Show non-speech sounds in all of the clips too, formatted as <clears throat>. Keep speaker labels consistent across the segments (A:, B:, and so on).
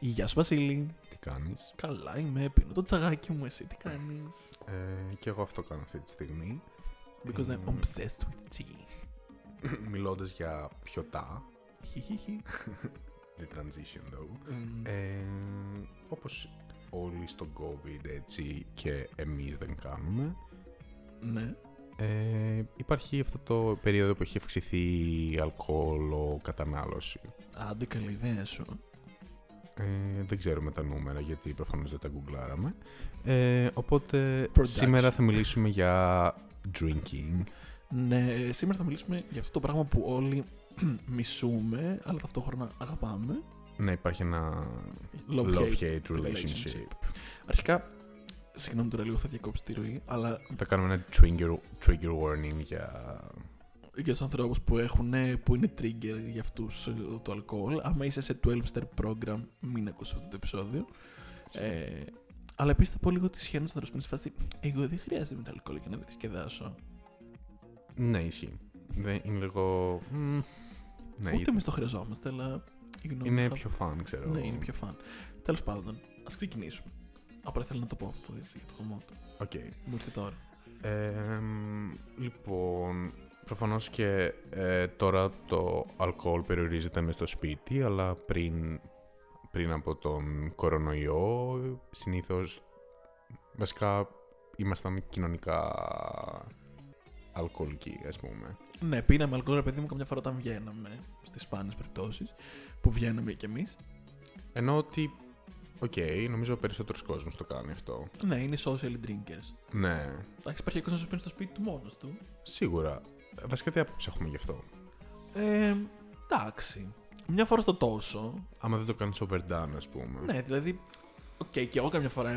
A: Γεια σου, Βασίλη.
B: Τι κάνεις.
A: Καλά είμαι, πίνω το τσαγάκι μου, εσύ τι κάνεις.
B: Ε, και εγώ αυτό κάνω αυτή τη στιγμή.
A: Because I'm
B: Ε,
A: obsessed with tea.
B: <clears throat> Μιλώντας για πιωτά.
A: Χιχιχι.
B: <laughs> The transition though.
A: Εμ,
B: Ε, όπως όλοι στον COVID έτσι και εμείς δεν κάνουμε.
A: Ναι.
B: Ε, υπάρχει αυτό το περίοδο που έχει αυξηθεί η αλκοόλο κατανάλωση.
A: Άντε, καλή ιδέα σου.
B: Ε, δεν ξέρουμε τα νούμερα γιατί προφανώς δεν τα γκουγκλάραμε. Ε, οπότε
A: Production.
B: σήμερα θα μιλήσουμε για drinking.
A: Ναι, σήμερα θα μιλήσουμε για αυτό το πράγμα που όλοι <clears throat> μισούμε, αλλά ταυτόχρονα αγαπάμε.
B: Να υπάρχει ένα
A: Love-hate
B: love-hate
A: relationship.
B: relationship.
A: Αρχικά, συγγνώμη τώρα λίγο θα διακόψει τη ροή, αλλά
B: Θα κάνουμε ένα trigger, trigger warning για...
A: για τους ανθρώπους που έχουν, ναι, που είναι trigger για αυτούς το αλκοόλ. Άμα είσαι σε 12-step program, μην ακούσει αυτό το επεισόδιο. Ε, αλλά επίσης θα πω λίγο τη σχέση τους ανθρώπους. φάση, εγώ δεν χρειάζεται μετά αλκοόλ για να διασκεδάσω.
B: Ναι, ισχύει. Δεν είναι λίγο... μμ, Ναι,
A: Ούτε εμείς το χρειαζόμαστε, αλλά η γνώμη
B: είναι
A: θα-
B: πιο fun, ξέρω.
A: Ναι, είναι πιο φαν. Τέλος πάντων, ας ξεκινήσουμε. Απλά θέλω να το πω αυτό έτσι για το χωμό του.
B: Okay.
A: Μου ήρθε τώρα.
B: Ε, μ, λοιπόν, προφανώς και ε, τώρα το αλκοόλ περιορίζεται μες στο σπίτι, αλλά πριν, πριν από τον κορονοϊό, συνήθως βασικά ήμασταν κοινωνικά αλκοολικοί, ας πούμε.
A: Ναι, πίναμε αλκοόλ, ρε παιδί μου, καμιά φορά όταν βγαίναμε στις σπάνιες περιπτώσεις που βγαίναμε κι εμείς.
B: Ενώ ότι, οκ, νομίζω περισσότερος κόσμος το κάνει αυτό.
A: Ναι, είναι social drinkers.
B: Ναι,
A: Εντάξει, υπάρχει κόσμος που πίνει στο σπίτι του μόνος του.
B: σίγουρα. Ε, Βασικά τι άποψη έχουμε γι' αυτό.
A: Ε, εντάξει. Μια φορά στο τόσο.
B: Άμα δεν το κάνεις overdone, ας πούμε.
A: Ναι, δηλαδή. Οκ, και εγώ καμιά φορά.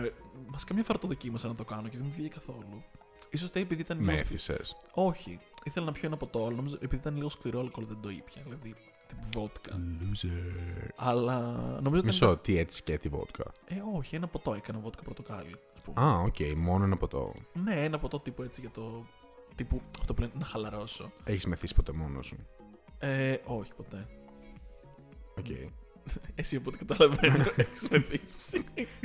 A: Μα καμιά φορά το δοκίμασα να το κάνω και δεν μου βγήκε καθόλου. σω τα επειδή ήταν.
B: Με
A: λίγο σκλη-
B: έθισες.
A: Όχι. Ήθελα να πιω ένα ποτό, αλλά νομίζω επειδή ήταν λίγο σκληρό αλκοόλ δεν το ήπια. Δηλαδή, τύπου βότκα.
B: Loser.
A: Αλλά νομίζω ότι.
B: Μισό, τι έτσι και τη βότκα.
A: Ε, όχι, ένα ποτό έκανα βότκα πορτοκάλι. Ας πούμε.
B: Α, οκ, μόνο ένα ποτό.
A: Ναι, ένα ποτό τύπου έτσι για το. τύπου αυτό που λένε να χαλαρώσω.
B: Έχεις μεθύσει ποτέ μόνος σου.
A: Ε, όχι ποτέ.
B: Οκ.
A: Εσύ από ό,τι <laughs> καταλαβαίνω, έχεις μεθύσει.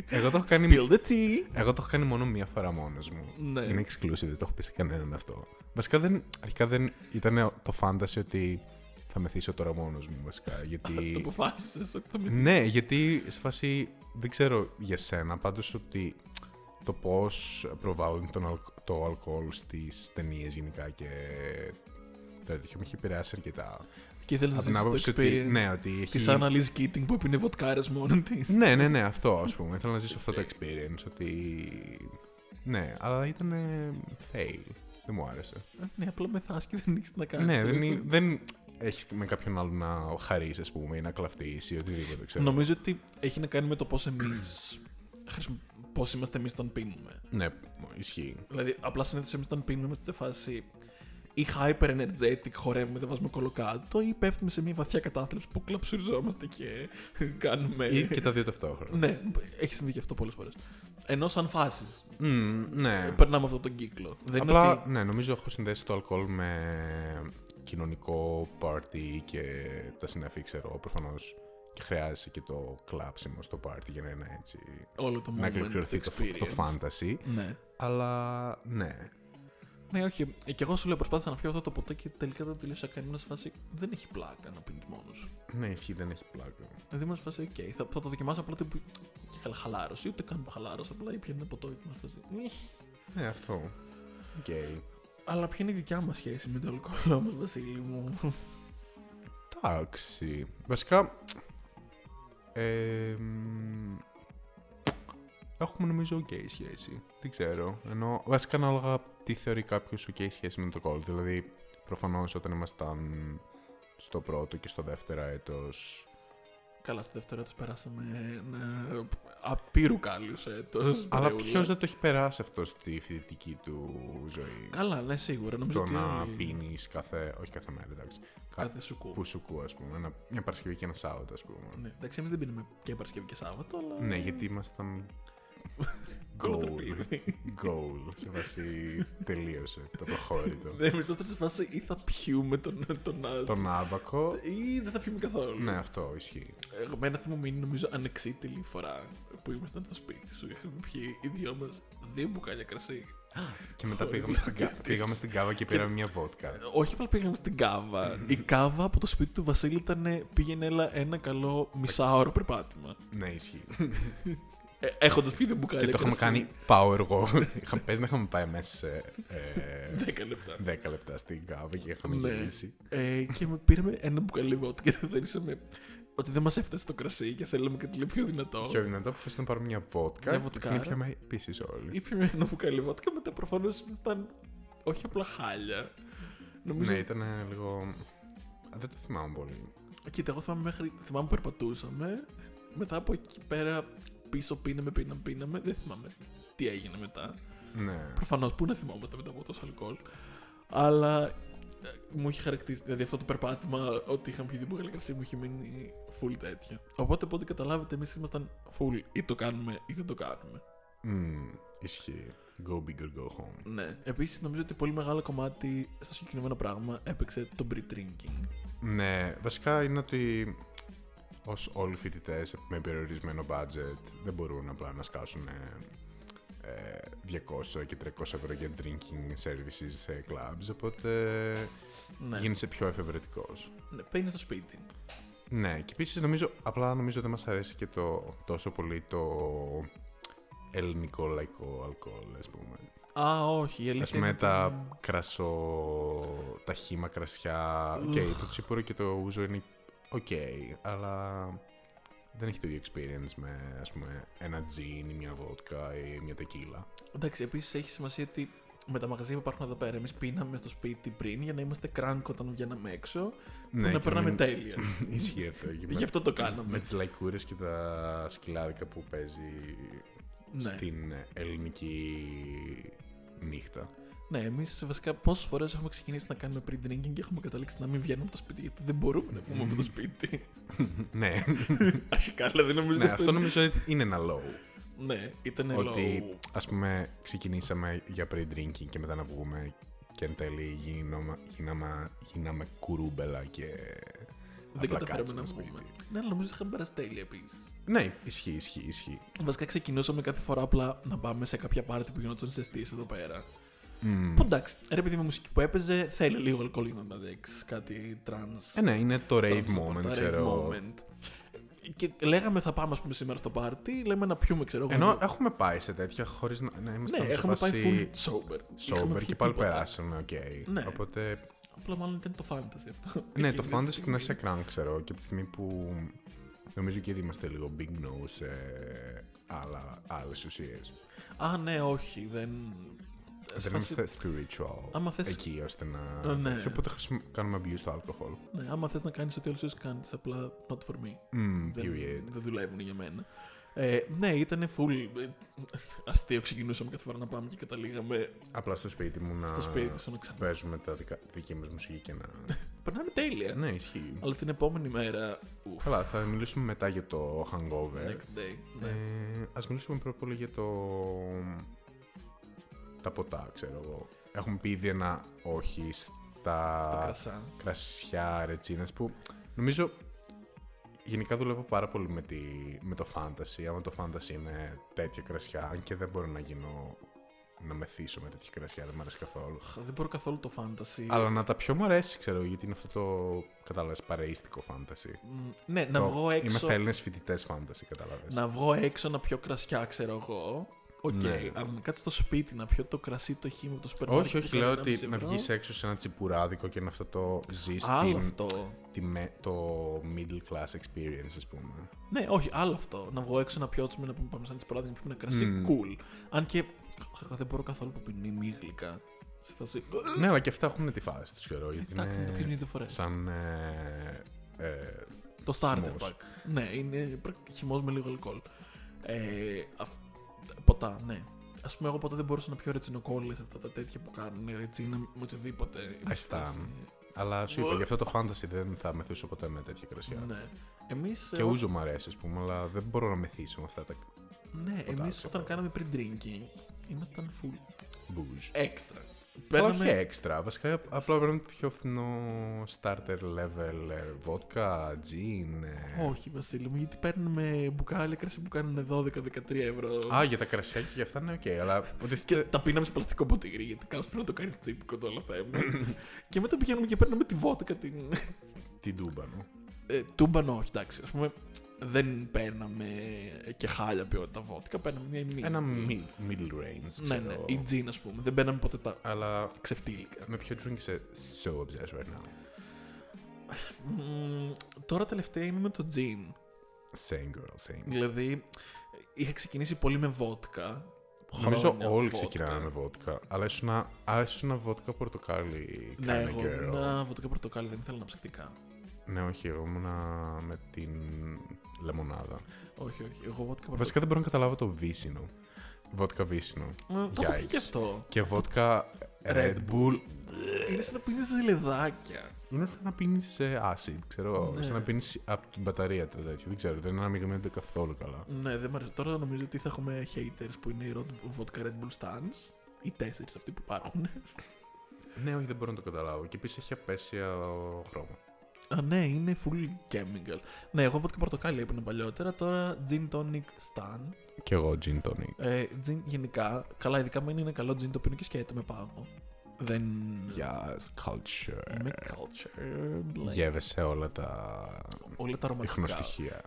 B: Εγώ το έχω κάνει.
A: Spill the tea.
B: Εγώ το έχω κάνει μόνο μία φορά μόνος μου.
A: Ναι.
B: Είναι exclusive, δεν το έχω πει σε κανέναν αυτό. Βασικά δεν. Αρχικά δεν. ήταν το φάνταση ότι θα μεθύσω τώρα μόνος μου, βασικά.
A: <laughs> Το
B: Γιατί.
A: αποφάσισες ότι θα με
B: ναι, γιατί σε φάση. Δεν ξέρω για σένα, πάντως ότι το πώς προβάλλουν τον αλκ- το αλκοόλ στις ταινίες γενικά και. τέτοιο με έχει επηρεάσει αρκετά.
A: Και ήθελε να
B: Από την
A: ζήσεις
B: άποψη
A: το
B: ότι.
A: experience
B: Ναι, ότι έχει.
A: της Annalise Keating που έπινε βοτκάρες μόνη της.
B: Ναι, ναι, ναι, αυτό ας πούμε. Θέλω να ζήσω αυτό το experience. Ότι. Ναι, αλλά ήταν fail. Δεν μου άρεσε.
A: Ε, ναι, απλά μεθάς και δεν έχεις τι να κάνεις.
B: ναι,
A: Τέλος
B: δεν,
A: πάντων.
B: είναι- δεν έχεις με κάποιον άλλον να χαρίσεις, ας πούμε, ή να κλαφτεί ή οτιδήποτε. Ξέρω.
A: Νομίζω ότι έχει να κάνει με το πώς εμείς... χρησιμο- πώς είμαστε εμείς όταν πίνουμε.
B: Ναι, ισχύει.
A: Δηλαδή, απλά συνήθως εμείς όταν πίνουμε είμαστε σε φάση ή hyper energetic, χορεύουμε, δεν βάζουμε κολοκάτω, ή πέφτουμε σε μια βαθιά κατάθλιψη που κλαψουριζόμαστε και <laughs> κάνουμε.
B: Ή και τα δύο ταυτόχρονα.
A: Ναι, έχει συμβεί και αυτό πολλές φορές. Ενώ σαν φάσεις
B: Μμμ, ναι.
A: περνάμε αυτόν τον κύκλο. Δεν είναι
B: Απλά,
A: ότι-
B: ναι, νομίζω έχω συνδέσει το αλκοόλ με κοινωνικό πάρτι και τα συναφή, ξέρω, προφανώς. Και χρειάζεσαι και το κλάψιμο στο πάρτι για να είναι έτσι.
A: όλο το
B: να
A: moment
B: εκπληρωθεί το,
A: experience.
B: το fantasy.
A: Ναι.
B: Αλλά ναι.
A: ναι, όχι. Και εγώ σου λέω προσπάθησα να πιω αυτό το ποτέ και τελικά δεν τελείωσα κανένα σε φάση. Δεν έχει πλάκα να πίνεις μόνος σου.
B: Ναι, ισχύει, δεν έχει πλάκα.
A: Δηλαδή ήμουν σε φάση, οκ, θα, θα το δοκιμάσω απλά τύπου. Και καλά, χαλάρωση, ούτε καν που χαλάρωση. Απλά ήπια ένα ποτό και ήμουν σε φάση. «Μιχ».
B: Ναι, αυτό. Οκ.
A: Αλλά ποια είναι η δικιά μας σχέση με το αλκοόλ όμως, Βασίλη μου.
B: Εντάξει. Βασικά. Ε, μ, έχουμε νομίζω οκ σχέση. Δεν ξέρω. Ενώ βασικά ανάλογα τι θεωρεί κάποιος οκ σχέση με το κόλ. Δηλαδή, προφανώς όταν ήμασταν στο πρώτο και στο δεύτερο έτος.
A: Καλά, στο δεύτερο έτος περάσαμε ένα απείρου κάλιος έτος.
B: Αλλά
A: μπρεούλα.
B: ποιος δεν το έχει περάσει αυτό στη φοιτητική του ζωή.
A: Καλά, ναι, σίγουρα. Νομίζω
B: Το
A: ότι
B: να
A: όλοι-
B: πίνεις κάθε. Όχι κάθε μέρα, εντάξει. Κα-
A: Κάθε σου κου.
B: που σου κου, ας πούμε. Ένα, μια Παρασκευή και ένα Σάββατο, ας πούμε.
A: Ναι. Εντάξει, εμείς δεν πίνουμε και Παρασκευή και Σάββατο, αλλά...
B: Ναι, γιατί ήμασταν Goal. Goal. Σε βάση τελείωσε το προχώρητο.
A: Ναι, εμεί είμαστε σε φάση ή θα πιούμε τον, τον άλλο.
B: Τον άβακο.
A: Ή δεν θα πιούμε καθόλου.
B: Ναι, αυτό ισχύει.
A: Εμένα θα μου μείνει νομίζω ανεξίτηλη φορά που ήμασταν στο σπίτι σου. Είχαμε πιει οι δυο μας δύο μπουκάλια κρασί.
B: Και μετά
A: Χωρίς
B: πήγαμε στην,
A: να
B: κα- πήγαμε στην κάβα και πήραμε μια βότκα.
A: Όχι απλά πήγαμε στην κάβα. Η κάβα από το σπίτι του Βασίλη ήταν πήγαινε έλα ένα καλό μισάωρο περπάτημα.
B: Ναι, ισχύει.
A: Ε, Έχοντας πει δύο μπουκάλια
B: Και το είχαμε
A: κρασί.
B: κάνει πάω εγώ. Είχα- Πες να είχαμε πάει μέσα σε ε,
A: 10 λεπτά.
B: 10 λεπτά στην κάβα και είχαμε
A: Ναι.
B: γυρίσει.
A: Ε, και με πήραμε ένα μπουκάλι <laughs> βότκα και θεωρήσαμε ότι δεν μας έφτασε το κρασί και θέλαμε κάτι λίγο πιο δυνατό.
B: Πιο δυνατά αποφάσισα να πάρουμε μια βότκα.
A: Μια
B: και την
A: βοτκάρα.
B: Ήπιαμε επίση όλοι.
A: Ήπιαμε ένα μπουκάλι βότκα, μετά προφανώς ήμασταν όχι απλά χάλια. Νομίζω.
B: Ναι, ήταν λίγο. Δεν το θυμάμαι πολύ.
A: Κοίτα, εγώ θυμάμαι, μέχρι... θυμάμαι που περπατούσαμε. Μετά από εκεί πέρα πίσω πίναμε, πίναμε, πίναμε. Δεν θυμάμαι τι έγινε μετά.
B: Ναι.
A: Προφανώς που να θυμόμαστε μετά από τόσο αλκοόλ. Αλλά ε, μου είχε χαρακτηρίσει, δηλαδή αυτό το περπάτημα, ότι είχαμε πιει την κρασί μου είχε μείνει full τέτοια. Οπότε από ό,τι καταλάβετε, εμείς ήμασταν full ή το κάνουμε ή δεν το κάνουμε.
B: Μμμ, Ισχύει. Go big or go home.
A: Ναι. Επίσης, νομίζω ότι πολύ μεγάλο κομμάτι στο συγκεκριμένο πράγμα έπαιξε το pre-drinking.
B: Ναι, βασικά είναι ότι ως όλοι φοιτητές με περιορισμένο budget δεν μπορούν απλά να σκάσουν ε, ε, 200 και 300 ευρώ για drinking services σε clubs, οπότε
A: Ναι.
B: γίνεσαι πιο εφευρετικός.
A: ναι. Παίρνεις στο σπίτι.
B: Ναι, και επίσης νομίζω, απλά νομίζω δεν μας αρέσει και το, τόσο πολύ το ελληνικό λαϊκό αλκοόλ, ας πούμε.
A: Α, όχι. Η
B: Ας
A: αλήθεια
B: πούμε
A: είναι
B: τα
A: ότι-
B: κρασό, τα χύμα κρασιά. Οκ, το τσίπουρο και το ούζο είναι οκ, αλλά δεν έχει το ίδιο experience με ας πούμε, ένα τζιν ή μια βότκα ή μια τεκίλα.
A: Εντάξει, επίσης έχει σημασία ότι με τα μαγαζιά που υπάρχουν εδώ πέρα, εμείς πίναμε στο σπίτι πριν για να είμαστε crank όταν βγαίναμε έξω. Ναι, να
B: και
A: περνάμε
B: μην-
A: τέλεια.
B: <laughs> Ισχύει
A: <laughs>
B: αυτό. και
A: Γι' αυτό το κάναμε.
B: Με τις λαϊκούρες και τα σκυλάδικα που παίζει
A: Ναι.
B: στην ελληνική
A: <laughs>
B: νύχτα.
A: Ναι, εμείς βασικά πόσες φορές έχουμε ξεκινήσει να κάνουμε pre-drinking και έχουμε καταλήξει να μην βγαίνουμε από το σπίτι γιατί δεν μπορούμε να βγούμε από το σπίτι. <laughs>
B: ναι,
A: Αρχικά, δηλαδή νομίζω
B: ναι,
A: ότι
B: αυτό νομίζω είναι ένα low.
A: Ναι, ήταν
B: ότι
A: low.
B: ας πούμε ξεκινήσαμε για pre-drinking και μετά να βγούμε και εν τέλει γίναμε, γίναμε, γίναμε κουρούμπελα και
A: Δεν
B: απλά
A: καταφέραμε να
B: κάτσαμε σπίτι.
A: βγούμε. Ναι, αλλά νομίζω ότι είχαμε περάσει τέλεια επίσης.
B: Ναι, ισχύει, ισχύει, ισχύει.
A: Βασικά ξεκινούσαμε κάθε φορά απλά να πάμε σε κάποια πάρτι που γινόταν σε εστίες εδώ πέρα.
B: Μμμ.
A: Που εντάξει, ρε παιδί με μουσική που έπαιζε, θέλει λίγο αλκοόλ για να αντέξει κάτι τρανς.
B: Ε, ναι, είναι το rave
A: Ήταν
B: moment,
A: τα rave
B: ξέρω.
A: moment. Και λέγαμε θα πάμε, ας πούμε, σήμερα στο πάρτι, λέμε να πιούμε, ξέρω εγώ.
B: Ενώ έχουμε πάει σε τέτοια χωρίς να, να είμαστε
A: Ναι,
B: σε
A: έχουμε πάει full
B: φάση
A: sober. Είχαμε
B: sober
A: πιει
B: και πάλι
A: τίποτα.
B: περάσαμε, οκ.
A: Ναι.
B: Οπότε,
A: Απλά μάλλον ήταν το fantasy αυτό.
B: ναι,
A: Εκείνη
B: το
A: τη
B: fantasy του
A: στιγμή.
B: να σε crunk, ξέρω, και από τη στιγμή που νομίζω και ήδη είμαστε λίγο big no σε άλλα, άλλες ουσίες.
A: Α, ναι, όχι, δεν.
B: Δεν
A: Σφάση-
B: είμαστε spiritual
A: Άμα θες-
B: εκεί ώστε
A: Ε,
B: να.
A: ναι.
B: Και οπότε χρησιμο- κάνουμε abuse στο alcohol.
A: Ναι, άμα θες να κάνεις ό,τι άλλο κάνεις, απλά not for me.
B: Mm,
A: Δεν,
B: period.
A: δεν δουλεύουν για μένα. Ε, ναι, ήταν full. ε, Αστείο, ξεκινούσαμε κάθε φορά να πάμε και καταλήγαμε
B: Απλά στο σπίτι μου να
A: στο σπίτι σου να ξαναπάμε.
B: παίζουμε τα δικα... δική μας μουσική και να.
A: <laughs> Περνάμε τέλεια.
B: ναι, ισχύει.
A: Αλλά την επόμενη μέρα. Ουφ,
B: Καλά, θα μιλήσουμε μετά για το hangover.
A: next day. Ναι.
B: Ε, ας μιλήσουμε πρώτα απ' όλα για το... τα ποτά, ξέρω εγώ. Έχουμε πει ήδη ένα όχι στα,
A: Στα κρασά.
B: κρασιά, ρετσίνες που νομίζω γενικά δουλεύω πάρα πολύ με, τη, με το fantasy. Άμα το fantasy είναι τέτοια κρασιά, αν και δεν μπορώ να γίνω να μεθύσω με τέτοια κρασιά, δεν μου αρέσει καθόλου.
A: Χα, Δεν μπορώ καθόλου το fantasy.
B: Αλλά να τα πιο μου αρέσει, ξέρω, γιατί είναι αυτό το κατάλαβες παρεϊστικό fantasy.
A: Μ, Ναι, να
B: Το
A: βγω έξω.
B: Είμαστε Έλληνες φοιτητές fantasy, κατάλαβες.
A: να βγω έξω να πιω κρασιά, ξέρω εγώ. Οκ.
B: Ναι.
A: Αλλά να κάτσει στο σπίτι να πιω το κρασί, το χύμα από το σπίτι.
B: Όχι, όχι, λέω ότι να βγεις έξω σε ένα τσιπουράδικο και να αυτό το ζεις
A: Άλλο αυτό.
B: το middle class experience, ας πούμε.
A: Ναι, όχι, άλλο αυτό. Να βγω έξω να πιω τσιμένα να πούμε, πάμε σαν τι παράδειγμα να πιούμε ένα κρασί.
B: Μμμ.
A: Cool. Αν και. χαχα, Δεν μπορώ καθόλου που πίνουν οι μη γλυκά. Σε φάση.
B: Ναι, αλλά και αυτά έχουν τη φάση τους καιρό. Γιατί
A: Εντάξει, να τα πίνουν
B: είναι
A: δύο φορές.
B: σαν. Ε, ε,
A: Το starter
B: Χυμός.
A: pack. Ναι, είναι χυμός με λίγο αλκοόλ. Ε, αυ- ποτά, ναι. Ας πούμε, εγώ ποτέ δεν μπορούσα να πιω ρετσινοκόλλες αυτά τα τέτοια που κάνουν ρετσίνα με οτιδήποτε. Είμαι στη
B: Αϊστά.
A: φάση,
B: αλλά σου είπα, γι' αυτό το fantasy δεν θα μεθύσω ποτέ με τέτοια κρασιά.
A: Ναι. Εμείς.
B: Και ούζο μου αρέσει, ας πούμε, αλλά δεν μπορώ να μεθύσω με αυτά τα
A: Ναι,
B: Ποτά,
A: εμεί
B: ξέρω.
A: όταν κάναμε pre-drinking ήμασταν full
B: Μπουζ.
A: έξτρα.
B: Όχι έξτρα. Βασικά απλά παίρνουμε το πιο φθηνό starter level ε, vodka, gin. ε.
A: Όχι, Βασίλη μου, γιατί παίρνουμε μπουκάλια κρασί που κάνουν 12-13 ευρώ.
B: Α, για τα κρασιά και για αυτά είναι οκ, αλλά
A: Και
B: υποτίθεται.
A: τα πίναμε σε πλαστικό ποτήρι, γιατί κάπω πρέπει να το κάνει τσίπικο το όλο
B: <laughs>
A: θέμα. και μετά πηγαίνουμε και παίρνουμε τη βότκα την.
B: Την τούμπανο.
A: Ε, τούμπανο, όχι, εντάξει. Ας πούμε, δεν παίρναμε και χάλια ποιότητα βότκα, παίρναμε μια μήνυμα.
B: Ένα mid- middle range.
A: Ναι,
B: Ξέρω.
A: ναι, η τζιν, ας πούμε. Δεν παίρναμε ποτέ τα
B: Αλλά
A: ξεφτύλικα.
B: με ποιο drink είσαι so obsessed right now.
A: Μμμ, τώρα τελευταία είμαι με το τζιν.
B: Same girl, same.
A: Δηλαδή, είχα ξεκινήσει πολύ με βότκα.
B: Νομίζω
A: Χρόνια
B: όλοι
A: βότκα.
B: ξεκινάνε με βότκα, αλλά ήσουν ένα- α, ήσουν ένα βότκα πορτοκάλι
A: Ναι,
B: κάνα
A: εγώ
B: καιρό.
A: ήμουν βότκα πορτοκάλι, δεν ήθελα να ψυχτικά.
B: Ναι, όχι, εγώ ήμουνα με την λεμονάδα.
A: Όχι, όχι. Εγώ βότκα πορτοκάλι.
B: Βασικά δεν μπορώ να καταλάβω το βύσινο. Βότκα βύσινο.
A: Μα, Το έχω πει
B: Yikes.
A: και αυτό.
B: Και βότκα Red
A: Red
B: Bull.
A: Είναι σαν να πίνεις ζελεδάκια.
B: Είναι σαν να πίνεις acid, ξέρω.
A: Ναι.
B: Σαν να πίνεις από την μπαταρία το τέτοιο. Δεν ξέρω, δεν αναμειγνύονται καθόλου καλά.
A: Ναι, δεν μ' αρέσει. Τώρα νομίζω ότι θα έχουμε haters που είναι οι Rod- Vodka Red Bull Stans. Οι τέσσερις αυτοί που υπάρχουν.
B: Ναι, όχι, δεν μπορώ να το καταλάβω. Και επίσης έχει απέσια χρώμα.
A: Α, ναι, είναι full chemical. Ναι, εγώ βότκα πορτοκάλι έπαιρνα παλιότερα. Τώρα gin tonic stan.
B: Και εγώ gin tonic.
A: Ε, gin γενικά. Καλά, ειδικά μου είναι καλό gin το πίνω και σκέτο με πάγο. Δεν.
B: Yes, culture.
A: Με culture. Like,
B: Γεύεσαι όλα τα
A: Όλα τα αρωματικά.
B: ιχνοστοιχεία.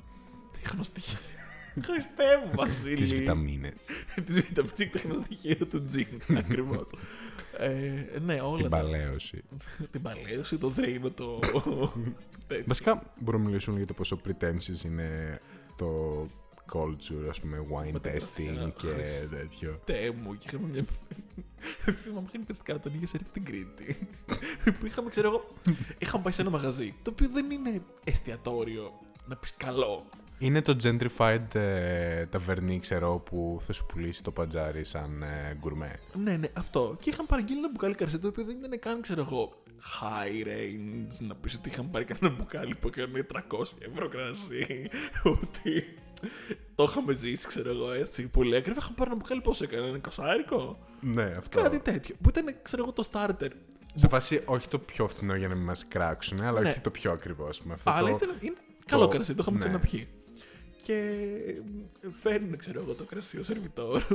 A: Ιχνοστοιχεία. <laughs> Χριστέ μου, Βασίλη.
B: Τις
A: <laughs>
B: βιταμίνες.
A: Τη βιταμίνη και τα χνοστοιχεία του τζιν. Ακριβώς. ε, ναι, όλα.
B: Την
A: τα-
B: παλαίωση.
A: την παλαίωση, το δρέμα, το. τέτοιο.
B: Βασικά, μπορούμε να μιλήσουμε για το πόσο pretentious είναι το culture, ας πούμε, wine
A: Με τα
B: testing
A: κρασιά.
B: και
A: Χριστέ.
B: τέτοιο.
A: Τέ μου, και είχαμε μια. <laughs> Θυμάμαι είχαν περιστικά τον είχε έρθει στην Κρήτη. <laughs> που είχαμε, ξέρω εγώ, είχαμε πάει σε ένα μαγαζί. Το οποίο δεν είναι εστιατόριο να πεις καλό.
B: Είναι το gentrified ε, ταβερνί, ξέρω, που θα σου πουλήσει το παντζάρι σαν ε, γκουρμέ.
A: Ναι, ναι, αυτό. Και είχαν παραγγείλει ένα μπουκάλι κρασί το οποίο δεν ήταν καν, ξέρω εγώ, high range. Να πεις ότι είχαν πάρει κανένα μπουκάλι που έκανε 300 ευρώ κρασί. ότι το είχαμε ζήσει, ξέρω εγώ, έτσι. Πολύ ακριβά. Είχαν πάρει ένα μπουκάλι πόσο έκανε, ένα κοσάρικο.
B: Ναι, αυτό.
A: Κάτι τέτοιο. Που ήταν, ξέρω εγώ, το starter.
B: Σε φάση, όχι το πιο φθηνό για να μην μας κράξουν, αλλά
A: Ναι.
B: όχι το πιο ακριβό, ας πούμε. Αυτό
A: Αλλά
B: το...
A: ήταν είναι καλό κρασί, το είχαμε
B: ναι.
A: ξαναπιεί. Και φέρνει, ξέρω εγώ, το κρασί ο σερβιτόρος.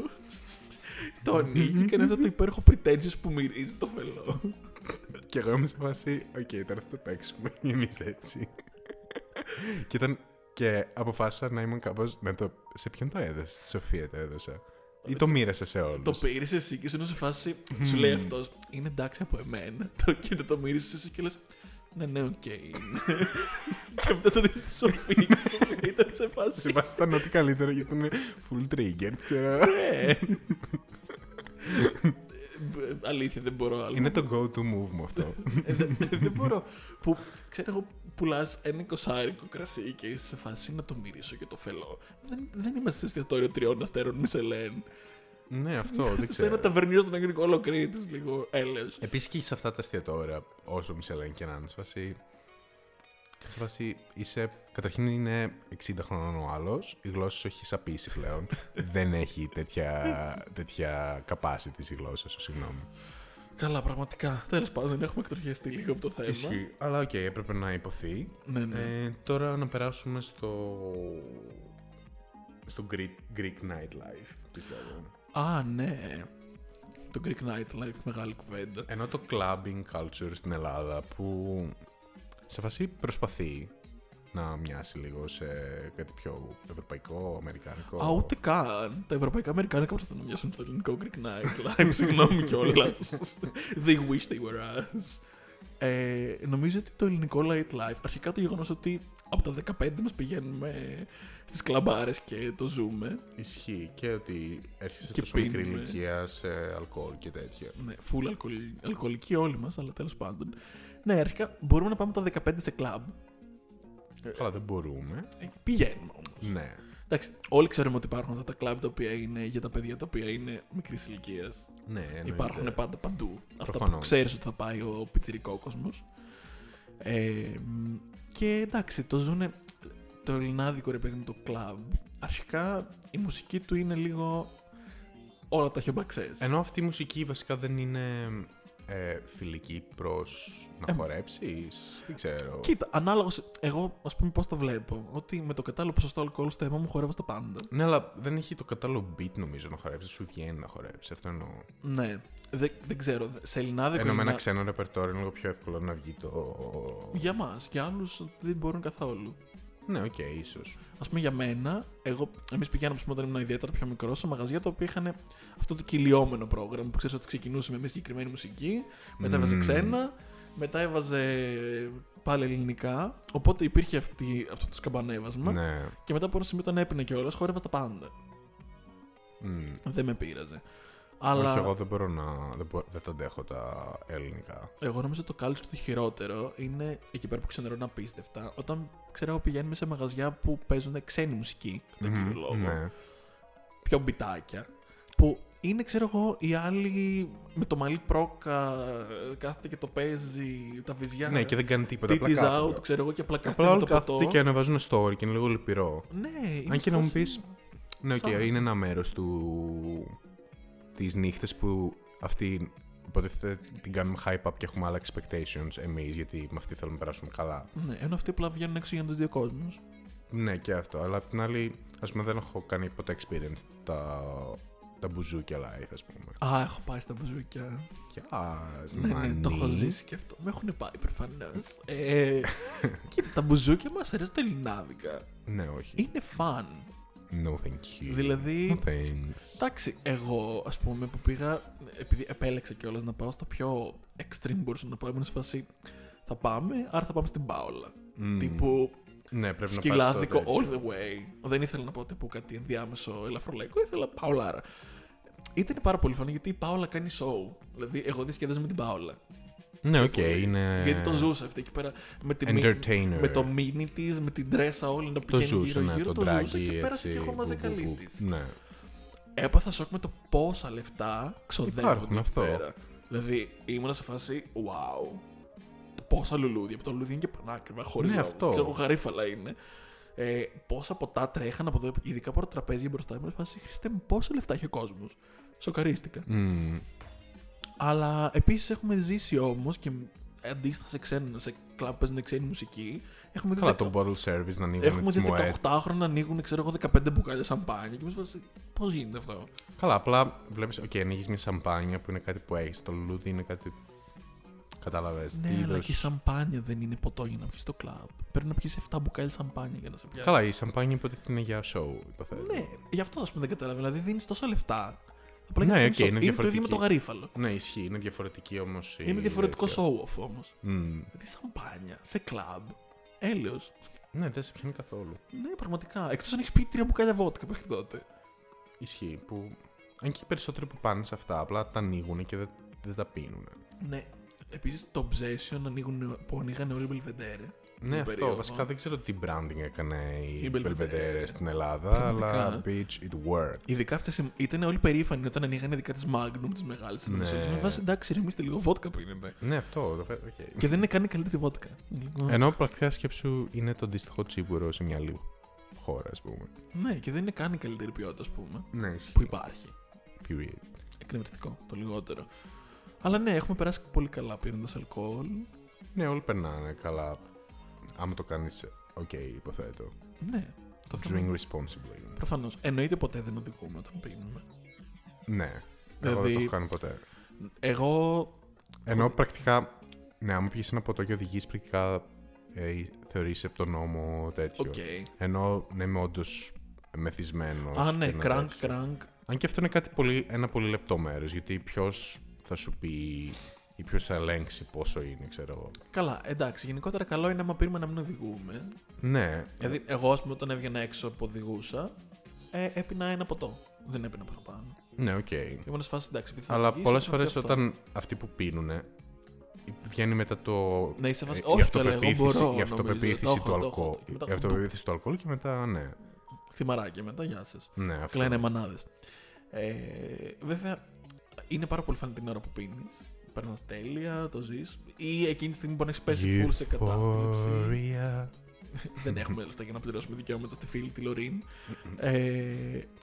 A: το
B: <laughs>
A: ανοίγει και είναι αυτό το υπέροχο pretentious που μυρίζει το φελό.
B: Και εγώ είμαι σε φάση, οκ, τώρα θα το παίξουμε, <laughs> εμείς έτσι. και, ήταν, και αποφάσισα να ήμουν κάπως, να το, σε ποιον το έδωσα, στη Σοφία το έδωσα. Ή το μοίρασα σε όλους.
A: Το πήρες εσύ και σου είναι σε φάση. Σου λέει αυτός, είναι εντάξει από εμένα. Το κοίτα το μύρισε εσύ και λες. Ναι, ναι,
B: <laughs>
A: οκ. είναι». και μετά το δεις στη Σοφία και η Σοφία ήταν
B: <laughs>
A: σε
B: Σε
A: φάση.
B: φάση ήταν ό,τι καλύτερο γιατί ήταν full trigger, ξέρω.
A: «Ε». Ε, Αλήθεια, δεν μπορώ άλλο.
B: Είναι το go-to move μου αυτό.
A: Ε, δεν- Δεν μπορώ. Που ξέρω εγώ, πουλάς ένα εικοσάρικο κρασί και είσαι σε φάση να το μυρίσω και το φελώ. Δεν, δεν είμαστε σε εστιατόριο τριών αστέρων Μισελέν.
B: ναι, αυτό, δεν
A: Σε ένα
B: ξέρω.
A: ταβερνιό στον Αγγλικό Ολοκρίτη, λίγο έλεος.
B: Επίσης και σε αυτά τα εστιατόρια, όσο μη σε λένε και να είναι, σε φάση... Σε φάση είσαι... Καταρχήν είναι 60 χρονών ο άλλος, η γλώσσα σου έχει σαπίσει πλέον. Δεν έχει τέτοια, τέτοια capacity η γλώσσα σου, συγγνώμη.
A: Καλά, πραγματικά. Τέλος πάντων, έχουμε εκτροχιαστεί λίγο από το θέμα.
B: Ισχύει, αλλά οκ, έπρεπε να υποθεί.
A: Ναι, ναι.
B: Ε, τώρα να περάσουμε στο... στο Greek, Greek nightlife, πιστεύω.
A: Α, ναι. Το Greek Nightlife, μεγάλη κουβέντα.
B: Ενώ το clubbing culture στην Ελλάδα που σε φασί προσπαθεί να μοιάσει λίγο σε κάτι πιο ευρωπαϊκό, αμερικανικό.
A: Α, ούτε καν. Τα ευρωπαϊκά Αμερικάνικα προσπαθούν να μοιάσουν στο ελληνικό Greek Nightlife. Συγγνώμη κιόλας. they wish they were us. Ε, νομίζω ότι το ελληνικό nightlife, αρχικά το γεγονός ότι από τα 15 μας πηγαίνουμε στις κλαμπάρες και το ζούμε.
B: Ισχύει και ότι έρχεσαι
A: Και
B: και τόσο μικρή
A: πίνουμε.
B: ηλικία σε αλκοόλ και τέτοια.
A: Ναι, full αλκοολ- αλκοολικοί όλοι μας, αλλά τέλος πάντων. Ναι, αρχικά μπορούμε να πάμε τα 15 σε κλαμπ.
B: Καλά, δεν μπορούμε.
A: Ε, Πηγαίνουμε όμως.
B: Ναι.
A: Εντάξει, όλοι ξέρουμε ότι υπάρχουν αυτά τα κλαμπ τα οποία είναι για τα παιδιά τα οποία είναι μικρής ηλικίας.
B: Ναι, εννοείται.
A: Υπάρχουν πάντα παντού. Αυτά που
B: Προφανώς.
A: ξέρεις ότι θα πάει ο πιτσιρικός κόσμος. Ε, μ, και εντάξει, το ζουνε το ελληνάδικο ρε παιδί μου το κλαμπ. Αρχικά Η μουσική του είναι λίγο όλα τα χιομπαξές.
B: Ενώ αυτή η μουσική βασικά δεν είναι ε, φιλική προς να
A: Ε,
B: χορέψεις. Δεν ξέρω.
A: Κοίτα, ανάλογα. σε- Εγώ, ας πούμε, πώς το βλέπω. Ότι με το κατάλληλο ποσοστό αλκοόλ στο αίμα μου χορεύω στα πάντα.
B: Ναι, αλλά δεν έχει το κατάλληλο beat νομίζω να χορέψεις. Σου βγαίνει να χορέψεις. Αυτό εννοώ.
A: Ναι. Δεν, δεν ξέρω. δε- Σε ελληνάδικο.
B: Ενώ με ένα
A: είναι-
B: ξένο ρεπερτόριο είναι λίγο πιο εύκολο να βγει το.
A: Για μας. Για άλλους δεν μπορούν καθόλου.
B: Ναι, οκ, ίσως.
A: Ας πούμε για μένα, εγώ, εμείς πηγαίναμε ας πούμε, όταν ήμουν ιδιαίτερα πιο μικρός σε μαγαζιά τα οποία είχαν αυτό το κυλιόμενο πρόγραμμα που ξέρεις ότι ξεκινούσαμε με συγκεκριμένη μουσική, μετά έβαζε
B: Μμμ.
A: ξένα, μετά έβαζε πάλι ελληνικά. Οπότε υπήρχε αυτή, αυτό το σκαμπανέβασμα
B: Ναι.
A: και μετά από ένα σημείο όταν έπαινε κιόλα, χόρευα τα πάντα.
B: Μμ.
A: Δεν με πείραζε.
B: Αλλά...
A: Αλλά
B: Όχι, εγώ δεν μπορώ να. Δεν, μπο- δεν τα αντέχω τα ελληνικά.
A: Εγώ νομίζω το κάλτσο το χειρότερο είναι εκεί πέρα που ξενερώνω απίστευτα. Όταν ξέρω εγώ πηγαίνουμε σε μαγαζιά που παίζουν ξένη μουσική, κατά
B: Μμμ,
A: κύριο λόγο.
B: Ναι.
A: Πιο μπιτάκια. Που είναι, ξέρω εγώ, οι άλλοι με το μαλλί πρόκα, ε, κάθεται και το παίζει, τα βυζιά.
B: ναι, και δεν κάνει τίποτα. Απλά
A: Titties
B: κάθεται.
A: out, ξέρω εγώ, και απλά κάθεται
B: Απλά
A: με
B: όλοι
A: το ποτό.
B: κάθονται και ανεβάζουν story και είναι λίγο λυπηρό.
A: Ναι, είναι
B: Αν και να μου
A: φάση-
B: πεις. Ναι, οκ,
A: σαν-
B: είναι ένα μέρος του. τη νύχτα που αυτή. Υποτίθεται την κάνουμε hype up και έχουμε άλλα expectations εμείς, γιατί με αυτή θέλουμε να περάσουμε καλά.
A: Ναι, ενώ αυτοί απλά βγαίνουν έξω για να τους δύο κόσμου.
B: Ναι, και αυτό. Αλλά απ' την άλλη, ας πούμε, δεν έχω κάνει ποτέ experience τα, τα μπουζούκια live, ας πούμε.
A: Α, έχω πάει στα μπουζούκια.
B: Και ας,
A: Ναι, ναι, το έχω
B: μανί.
A: ζήσει και αυτό. Με έχουν πάει προφανώς. Ε, κοίτα, τα μπουζούκια μας αρέσουν τα ελληνάδικα.
B: Ναι, όχι.
A: είναι φαν.
B: No, thank you.
A: Δηλαδή,
B: No, thanks.
A: εντάξει, εγώ ας πούμε που πήγα, επειδή επέλεξα κιόλας να πάω στα πιο extreme μπορούσα να πάω, ήμουν σε φάση θα πάμε, άρα θα πάμε στην Πάολα.
B: Μμμ.
A: Τύπου
B: Mm. Ναι, πρέπει να πας
A: σκυλάδικο
B: στο
A: all
B: τέτοιο.
A: the way. Δεν ήθελα να πω τύπου κάτι ενδιάμεσο ελαφρολαϊκό, ήθελα Παολάρα. Ήταν πάρα πολύ φαν γιατί η Πάολα κάνει show. Δηλαδή, εγώ διασκεδάζω με την Πάολα.
B: Ναι, οκ, είναι.
A: Γιατί το ζούσα αυτή εκεί πέρα με, τη μι-
B: Entertainer.
A: με το μίνι της, με την τρέσα όλη να
B: Το
A: πηγαίνει
B: ζούσε, ναι,
A: γύρω-γύρω.
B: το
A: το ζούσα
B: ντράκι
A: και
B: έτσι.
A: πέρασε και έχω
B: που-
A: μαζί
B: που-
A: καλή
B: που-
A: της.
B: Ναι.
A: έπαθα σοκ με το πόσα λεφτά
B: Υπάρχουν,
A: ξοδεύουν εκεί
B: αυτό.
A: πέρα. Δηλαδή ήμουν σε φάση wow. Πόσα λουλούδια. Που τα λουλούδια είναι και πανάκριβα, χωρίς
B: Ναι, αυτό.
A: Ξέρω εγώ γαρίφαλα είναι. Ε, πόσα ποτά τρέχαν από εδώ, ειδικά από το τραπέζι μπροστά μου. ήμουν σε Φάση, Χριστέ μου, πόσα λεφτά έχει ο κόσμος. Σοκαρίστηκα.
B: Ναι. Μμμ.
A: Αλλά επίσης έχουμε ζήσει όμως και αντίστοιχα σε ξένα, σε κλαμπ που παίζουν ξένη μουσική. Έχουμε δει,
B: Καλά,
A: δεκα-
B: το bottle service να ανοίγουν
A: έχουμε
B: τις
A: δει
B: μοές.
A: 18χρονα να ανοίγουν, ξέρω εγώ, 15 μπουκάλια σαμπάνια. Και μου πώς γίνεται αυτό.
B: Καλά, απλά βλέπεις, οκ, ανοίγεις μια σαμπάνια που είναι κάτι που έχει. Το λουλούδι είναι κάτι. Κατάλαβες.
A: Ναι, αλλά και η σαμπάνια δεν είναι ποτό για να πιει στο κλαμπ. Πρέπει να πιεις 7 μπουκάλια σαμπάνια για να σε πιάσει.
B: Καλά, η σαμπάνια υποτίθεται είναι για show, υποθέτω.
A: Ναι, γι' αυτό ας πούμε δεν καταλαβαίνω. Δηλαδή δίνεις τόσα λεφτά. Απλά
B: Ναι,
A: για να
B: οκ,
A: κάνεις show.
B: είναι
A: το ίδιο με
B: διαφορετική. Ε,
A: το γαρίφαλο.
B: Ναι, ισχύει, είναι διαφορετική όμως.
A: Είναι διαφορετικό show off όμω.
B: Mm.
A: Δηλαδή σαμπάνια σε κλαμπ. Έλεος.
B: Ναι, δεν σε πιάνει καθόλου.
A: Ναι, πραγματικά. Εκτός αν έχεις πει τρία μπουκάλια βότκα μέχρι τότε.
B: Ισχύει που. Αν και οι περισσότεροι που πάνε σε αυτά, απλά τα ανοίγουν και δεν, δεν τα πίνουν.
A: Ναι. Επίσης το obsession ανοίγουν, που ανοίγανε όλοι οι Μπελβεντέρε.
B: Ναι, αυτό.
A: περίοδο.
B: Βασικά δεν ξέρω τι branding έκανε η
A: Η Belvedere.
B: Belvedere στην Ελλάδα,
A: Πραγματικά. ε.
B: αλλά bitch, it worked.
A: Ειδικά αυτές ήταν όλοι περήφανοι όταν ανοίγανε ειδικά τι Magnum, τι μεγάλε.
B: Ναι.
A: Ναι. Με βάση εντάξει, ρεμίστε λίγο βότκα πίνετε.
B: Ναι, αυτό. δε- οκ.
A: Και δεν είναι καν η καλύτερη βότκα. Λοιπόν,
B: Ενώ πρακτικά σκέψου είναι το αντίστοιχο τσίπουρο σε μια άλλη χώρα, ας πούμε.
A: Ναι, και δεν είναι καν η καλύτερη ποιότητα, ας πούμε,
B: Ναι,
A: που υπάρχει.
B: Period.
A: Εκνευριστικό, το λιγότερο. Αλλά ναι, έχουμε περάσει πολύ καλά πίνοντας αλκοόλ.
B: Ναι, όλοι περνάνε καλά. Άμα το κάνεις, οκ, υποθέτω.
A: Ναι, το θέμα.
B: Drink responsibly.
A: Προφανώς. Εννοείται ποτέ δεν οδηγούμε όταν πίνουμε.
B: Ναι. Εγώ δεν
A: Δηλαδή-
B: το έχω κάνει ποτέ.
A: Εγώ.
B: Ενώ πρακτικά, ναι, άμα πιει ένα ποτό και οδηγείς, πρακτικά ε, θεωρείς από τον νόμο τέτοιο.
A: Οκ.
B: Ενώ ναι, είμαι όντως μεθυσμένος.
A: Α, ναι, crank, crank.
B: Αν και αυτό είναι κάτι πολύ, ένα πολύ λεπτό μέρος, γιατί ποιος θα σου πει ή ποιο θα ελέγξει πόσο είναι, ξέρω εγώ.
A: Καλά, εντάξει. Γενικότερα καλό είναι άμα πίνουμε να μην οδηγούμε.
B: Ναι.
A: Δηλαδή, εγώ, ας πούμε, όταν έβγαινα έξω που οδηγούσα, ε, έπινα ένα ποτό. Δεν έπινα παραπάνω.
B: Ναι, οκ.
A: Ήμουν σε φάση εντάξει. επειδή θα
B: Αλλά
A: οδηγήσω,
B: πολλές
A: θα
B: φορές
A: πει αυτό.
B: όταν αυτοί που πίνουν βγαίνει μετά το.
A: Ναι, είσαι φάση,
B: ε,
A: όχι,
B: η
A: το λέω, εγώ
B: αυτοπεποίθηση,
A: μπορώ,
B: η
A: νομίζω, το
B: αυτοπεποίθηση
A: έχω,
B: του
A: το έχω,
B: αλκοόλ.
A: και μετά
B: Η αυτοπεποίθηση του αλκοόλ και μετά, ναι.
A: Θυμαράκι μετά, γεια σας.
B: Ναι, αυτό.
A: Κλαίνε μανάδες. Ε, βέβαια, είναι πάρα πολύ φαν την ώρα που πίνεις. Περνά τέλεια, το ζεις. Ή εκείνη τη στιγμή μπορεί να έχεις πέσει full σε κατάθλιψη.
B: Euphoria.
A: δεν έχουμε λεφτά για να πληρώσουμε δικαιώματα στη φίλη τη Λωρίν. ε,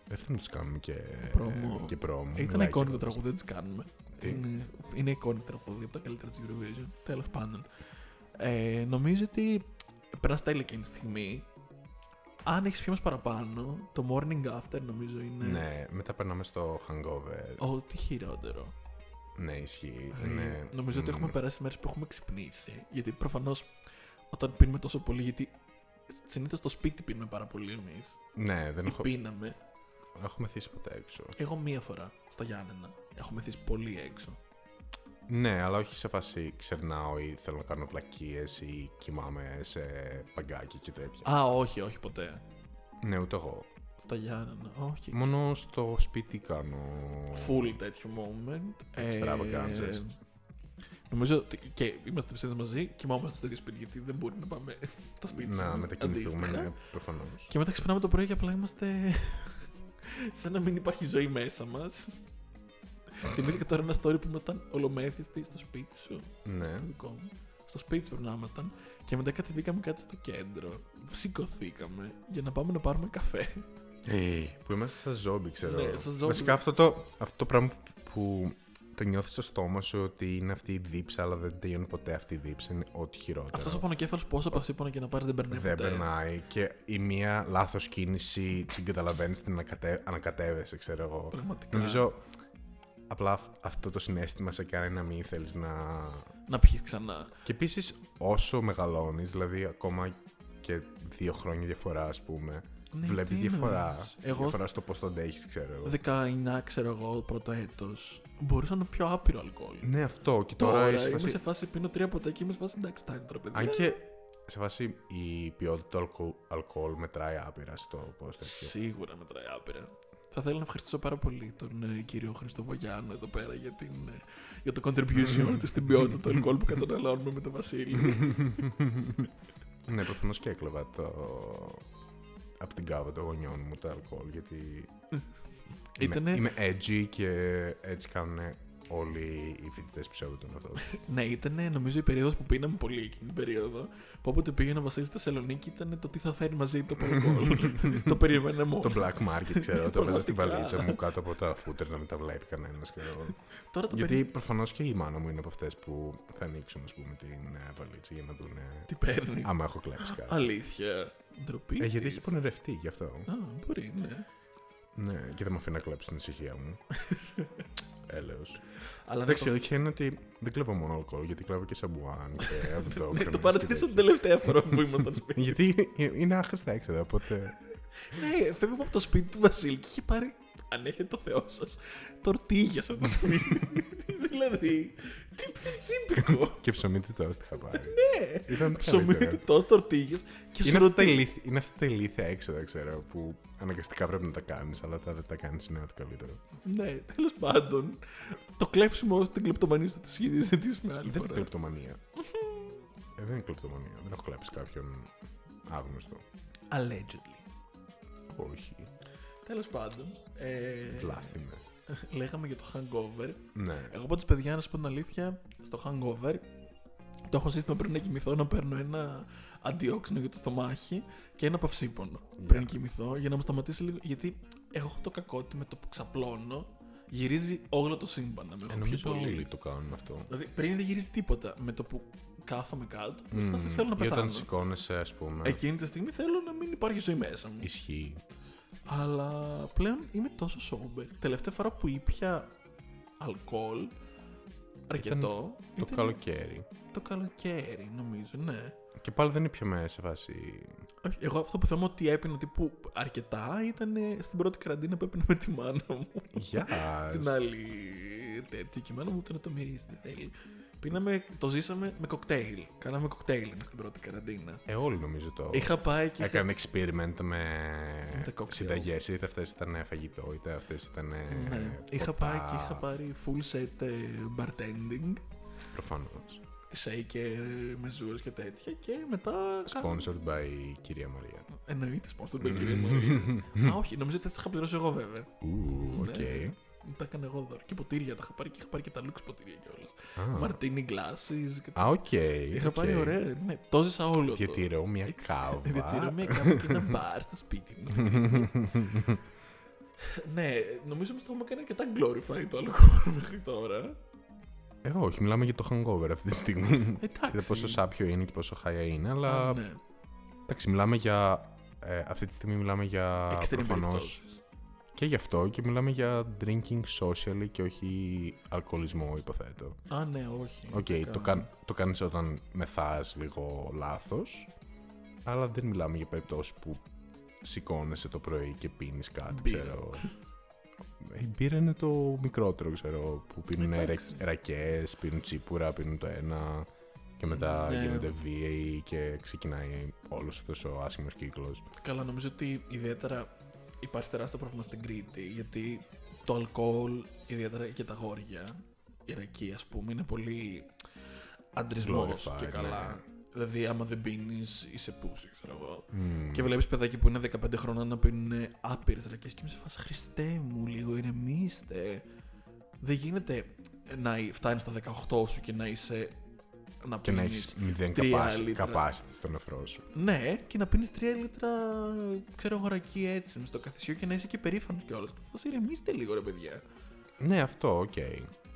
B: Δεν θα τους κάνουμε και
A: Πρόμο. Ε,
B: Και πρόμο. ε,
A: ήταν
B: Μιλάει
A: εικόνη το
B: κιόλας.
A: τραγούδι, Ναι. δεν τις κάνουμε.
B: Τι?
A: Είναι, είναι εικόνη τραγούδι από τα καλύτερα της Eurovision. Τέλος πάντων. Ε, νομίζω ότι περνάς τέλεια εκείνη τη στιγμή. Αν έχεις πει μα παραπάνω, το morning after νομίζω είναι.
B: Ναι, μετά περνάμε στο hangover.
A: Ό,τι χειρότερο.
B: Ναι, Mm. ισχύει. ναι.
A: Δηλαδή,
B: Είναι...
A: Νομίζω ότι
B: μ,
A: έχουμε περάσει μέρες που έχουμε ξυπνήσει. Γιατί προφανώς όταν πίνουμε τόσο πολύ, γιατί συνήθως στο σπίτι πίνουμε πάρα πολύ εμείς.
B: Ναι, δεν έχω,
A: Πίναμε.
B: έχω μεθύσει ποτέ έξω.
A: Εγώ μία φορά στα Γιάννενα. Έχω μεθύσει πολύ έξω.
B: Ναι, αλλά όχι σε φάση ξερνάω ή θέλω να κάνω πλακίε ή κοιμάμαι σε παγκάκι και τέτοια.
A: Α, όχι, όχι ποτέ.
B: Ναι, ούτε εγώ.
A: Στα Γιάννενα. Όχι.
B: Μόνο στο σπίτι κάνω.
A: Full τέτοιο moment. Ε,
B: Ε, Extravaganzas.
A: Νομίζω ότι και είμαστε ψεύδε μαζί, κοιμόμαστε στο ίδιο σπίτι γιατί δεν μπορούμε να πάμε <laughs> στα σπίτια.
B: Να
A: μας,
B: μετακινηθούμε,
A: αντίστοιχα.
B: ναι, προφανώς.
A: Και μετά ξυπνάμε το πρωί και απλά είμαστε. <laughs> σαν να μην υπάρχει ζωή μέσα μας. Θυμήθηκα τώρα ένα story που ήμασταν ολομέθιστοι στο σπίτι σου.
B: Ναι.
A: Το δικό μου. Στο σπίτι σου πρέπει να ήμασταν. Και μετά κατεβήκαμε κάτι στο κέντρο. Σηκωθήκαμε για να πάμε να πάρουμε καφέ.
B: Ε, που είμαστε σαν ζόμπι, ξέρω.
A: Ναι, σαν ζόμπι.
B: Βασικά αυτό το, αυτό το πράγμα που το νιώθεις στο στόμα σου ότι είναι αυτή η δίψα, αλλά δεν τελειώνει ποτέ αυτή η δίψα, είναι ό,τι χειρότερο.
A: Αυτός ο πονοκέφαλος πόσο πασίπονα και να πάρεις δεν περνάει
B: Δεν
A: ποτέ.
B: περνάει και η μία λάθος κίνηση την καταλαβαίνεις, την ανακατε... ανακατεύεσαι, ξέρω εγώ.
A: Πραγματικά.
B: Νομίζω απλά αυ- αυτό το συνέστημα σε κάνει να μην θέλεις να.
A: Να πιεις ξανά.
B: Και επίσης όσο μεγαλώνεις, δηλαδή ακόμα και δύο χρόνια διαφορά, ας πούμε,
A: Ναι,
B: βλέπεις
A: τι
B: διαφορά.
A: εννοείς. Εγώ
B: Διαφορά στο πώς το αντέχει, ξέρω εγώ.
A: 19, ξέρω εγώ, πρώτο έτος, μπορούσα να πιω άπειρο αλκοόλ.
B: Ναι, αυτό. Και τώρα,
A: Τώρα
B: είσαι
A: είμαι
B: φάση-
A: σε φάση πίνω τρία ποτά και είμαι σε φάση εντάξει, φτάνει τώρα, παιδιά.
B: Αν και σε φάση η ποιότητα του αλκο... αλκοόλ μετράει άπειρα στο πώς τέτοιο.
A: Σίγουρα μετράει άπειρα. Θα θέλω να ευχαριστήσω πάρα πολύ τον ε, κύριο Χρήστο Βογιάννη εδώ πέρα για, την, ε, για το contribution του στην ποιότητα του αλκοόλ που καταναλώνουμε με τον Βασίλη.
B: Ναι, προφανώς και έκλεβα το. από την κάβα των γονιών μου το αλκοόλ, γιατί. είμαι-
A: Ήτανε-
B: Είμαι edgy και έτσι κάνουν όλοι οι φοιτητές που σέβονται τον εαυτό τους.
A: ναι, ήταν νομίζω η περίοδος που πίναμε πολύ εκείνη την περίοδο. Που όποτε πήγαινε ο Βασίλης στη Θεσσαλονίκη ήταν το τι θα φέρει μαζί το αλκοόλ. το περιμέναμε
B: το
A: όλοι.
B: black market, ξέρω, το έβαζα στη
A: Πραγματικά.
B: βαλίτσα μου κάτω από τα φούτερ να μην τα βλέπει κανένας.
A: Τώρα το
B: γιατί
A: παίρνει-
B: προφανώς και η μάνα μου είναι από αυτές που θα ανοίξουν, ας πούμε, την ε, βαλίτσα για να δουν. ε,
A: Τι παίρνεις.
B: Άμα έχω κλέψει κάτι.
A: Αλήθεια. Ντροπή.
B: Ε, γιατί
A: της.
B: έχει πονηρευτεί γι' αυτό.
A: Α, μπορεί, ναι.
B: Ναι, και δεν με αφήνει να κλέψει την ησυχία
A: <laughs>
B: μου. Έλεος.
A: Αλλά
B: Εντάξει, η αλήθεια είναι ότι δεν κλέβω μόνο αλκοόλ, γιατί κλέβω και σαμπουάν και αυτό.
A: <laughs> Ναι, το παρατηρήσα την τελευταία φορά που ήμασταν σπίτι.
B: Γιατί είναι άχρηστα έξοδα, οπότε.
A: <laughs> Ναι, φεύγουμε από το σπίτι του Βασίλη και είχε πάρει, αν έχετε το Θεό σας, τορτίγια σε αυτό το <laughs> σπίτι. Τι δηλαδή, τι πιτσίπικο.
B: και ψωμί του τόστ είχα πάρει.
A: Ναι,
B: Ήταν
A: ψωμί
B: καλύτερα.
A: του τόσο τορτίγια και
B: Είναι
A: σου
B: αυτά, τα
A: ρωτάει.
B: ηλίθ- είναι αυτά τα ηλίθια έξοδα, ξέρω, που αναγκαστικά πρέπει να τα κάνεις, αλλά τα δεν τα κάνεις είναι ό,τι καλύτερο.
A: Ναι, τέλος πάντων, το κλέψιμο ω την κλεπτομανία θα τη σχεδίσει της με άλλη
B: Δεν είναι
A: φορά.
B: κλεπτομανία. Ε, δεν είναι κλεπτομανία. Δεν έχω κλέψει κάποιον άγνωστο.
A: Allegedly.
B: Όχι.
A: Τέλος πάντων, ε,
B: Βλάστη με.
A: λέγαμε για το hangover.
B: Ναι.
A: Εγώ πάντως παιδιά να σου πω την αλήθεια Στο hangover Το έχω σύστημα πριν να κοιμηθώ να παίρνω ένα Αντιόξινο για το στομάχι Και ένα παυσίπονο
B: Για
A: πριν
B: πες.
A: κοιμηθώ Για να μου σταματήσει λίγο Γιατί έχω το κακό ότι με το που ξαπλώνω Γυρίζει όλο το σύμπαν να με
B: Ε,
A: έχω πιει
B: νομίζω όλοι
A: πολύ
B: το κάνουν αυτό.
A: Δηλαδή πριν δεν γυρίζει τίποτα Με το που κάθομαι κάτω mm. θέλω
B: Ή
A: να πεθάνω Ε,
B: όταν σηκώνεσαι, ας πούμε.
A: Εκείνη τη στιγμή θέλω να μην υπάρχει ζωή μέσα μου
B: Ισχύει.
A: Αλλά πλέον είμαι τόσο sober. Τελευταία φορά που ήπια αλκοόλ, αρκετό,
B: Το
A: ήταν
B: καλοκαίρι.
A: το καλοκαίρι, νομίζω, ναι.
B: Και πάλι δεν ήπιαμε σε φάση.
A: Όχι, Εγώ αυτό που θυμάμαι ότι έπινα τύπου αρκετά ήταν ε, στην πρώτη καραντίνα που έπινα με τη μάνα μου.
B: Γεια!
A: Την άλλη τέτοια και η μάνα μου ήταν να το μυρίζει, δεν θέλει. Πίναμε, το ζήσαμε με κοκτέιλ. Κάναμε κοκτέιλ εμείς στην πρώτη καραντίνα.
B: Ε, όλοι νομίζω το.
A: Είχα πάει και. είχα-
B: Έκανε experiment
A: Με
B: με
A: τα cocktails.
B: συνταγές. Είτε αυτές ήταν φαγητό, είτε αυτές ήταν. ε,
A: Ναι. Είχα πάει και είχα πάρει full set ε, bartending.
B: Προφανώς.
A: shaker, μεζούρες και τέτοια και μετά... κάνω-
B: Sponsored by η κυρία Μαρία. <laughs>
A: Εννοείται sponsor by κυρία Μαρία. Α, όχι, νομίζω ότι θα τις είχα πληρώσει εγώ βέβαια.
B: Ου, οκ.
A: Ναι. Τα έκανε εγώ δώρο. Και ποτήρια τα είχα πάρει και είχα πάρει και τα λούξ ποτήρια κιόλας.
B: Α,
A: Μαρτίνι glasses και
B: Α, οκ.
A: Είχα
B: οκ.
A: πάρει ωραία. Ναι, τόζησα όλο το.
B: Διατηρώ μια
A: Έτσι,
B: κάβα.
A: <laughs> Διατηρώ μια κάβα και ένα μπαρ στο σπίτι
B: <laughs>
A: μου. ναι, νομίζω ότι το έχουμε κάνει αρκετά glorify το αλκοόλ μέχρι τώρα.
B: Ε, όχι, μιλάμε για το hangover αυτή τη
A: <laughs>
B: στιγμή.
A: Εντάξει.
B: Δεν πόσο σάπιο είναι και πόσο χάια είναι, αλλά
A: Α, ναι.
B: εντάξει, μιλάμε για. ε, αυτή τη στιγμή μιλάμε για.
A: Extreme
B: Προφανώς
A: περιπτώσεις.
B: και γι' αυτό και μιλάμε για drinking socially και όχι αλκοολισμό, υποθέτω.
A: Α, ναι, όχι.
B: Οκ,
A: δεν
B: το,
A: κάνω.
B: κάν, το κάνεις όταν μεθάς λίγο λάθος, αλλά δεν μιλάμε για περιπτώσεις που σηκώνεσαι το πρωί και πίνεις κάτι,
A: Μπύρα.
B: ξέρω. Η μπύρα είναι το μικρότερο, ξέρω, που πίνουν
A: Εντάξει.
B: ρα- ρακές, πίνουν τσίπουρα, πίνουν το ένα και μετά
A: Ναι.
B: γίνονται βίαιοι και ξεκινάει όλος αυτός ο άσχημος κύκλος.
A: Καλά, νομίζω ότι ιδιαίτερα υπάρχει τεράστιο πρόβλημα στην Κρήτη γιατί το αλκοόλ, ιδιαίτερα και τα γόρια, η ρακή ας πούμε, είναι πολύ αντρισμός
B: Glorified,
A: και καλά.
B: ναι.
A: Δηλαδή, άμα δεν πίνεις, είσαι πούσι, ξέρω εγώ.
B: Μμμ.
A: Και βλέπεις παιδάκι που είναι 15 χρόνια να πίνουν άπειρες ρακές και είμαι σε φάση Χριστέ μου, λίγο ηρεμήστε. Δεν γίνεται να φτάνεις στα 18 σου και να είσαι. Να
B: Και να
A: πίνεις
B: έχεις μηδέν
A: τρία
B: capacity,
A: λίτρα.
B: capacity στο νεφρό σου.
A: Ναι, και να πίνεις τρία λίτρα ξέρω γορακή έτσι μες στο καθισιό και να είσαι και περήφανος κιόλας. Θα σε ηρεμήστε λίγο, ρε παιδιά.
B: Ναι, αυτό, οκ.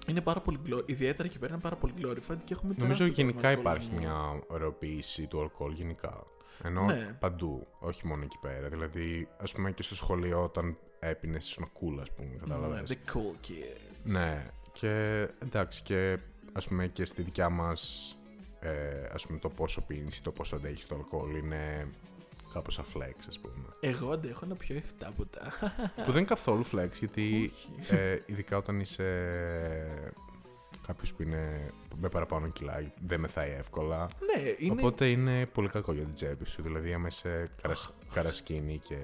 A: Είναι πάρα πολύ γκλο- Ιδιαίτερα εκεί πέρα είναι πάρα πολύ glorified και έχουμε
B: Νομίζω
A: τεράστιο
B: γενικά
A: πρόβλημα
B: υπάρχει
A: αλκοολισμό.
B: μια ωρεοποίηση του αλκοόλ γενικά. Ενώ
A: Ναι.
B: παντού, όχι μόνο εκεί πέρα. Δηλαδή, ας πούμε και στο σχολείο όταν έπινες σνοκούλα, ας πούμε, κατάλαβες.
A: Ναι,
B: Ναι,
A: the cool kids.
B: Και εντάξει, και ας πούμε και στη δικιά μας. Ε, ας πούμε το πόσο πίνεις ή το πόσο αντέχεις το αλκοόλ είναι κάπως σαν flex ας πούμε
A: Εγώ αντέχω να πιω 7 ποτά.
B: που δεν είναι καθόλου flex γιατί
A: Όχι.
B: ε, ειδικά όταν είσαι κάποιος που είναι με παραπάνω κιλά δεν μεθάει εύκολα
A: ναι, είναι.
B: Οπότε είναι πολύ κακό για την τσέπη σου. Δηλαδή, άμα είσαι καρασ... καρασκίνη και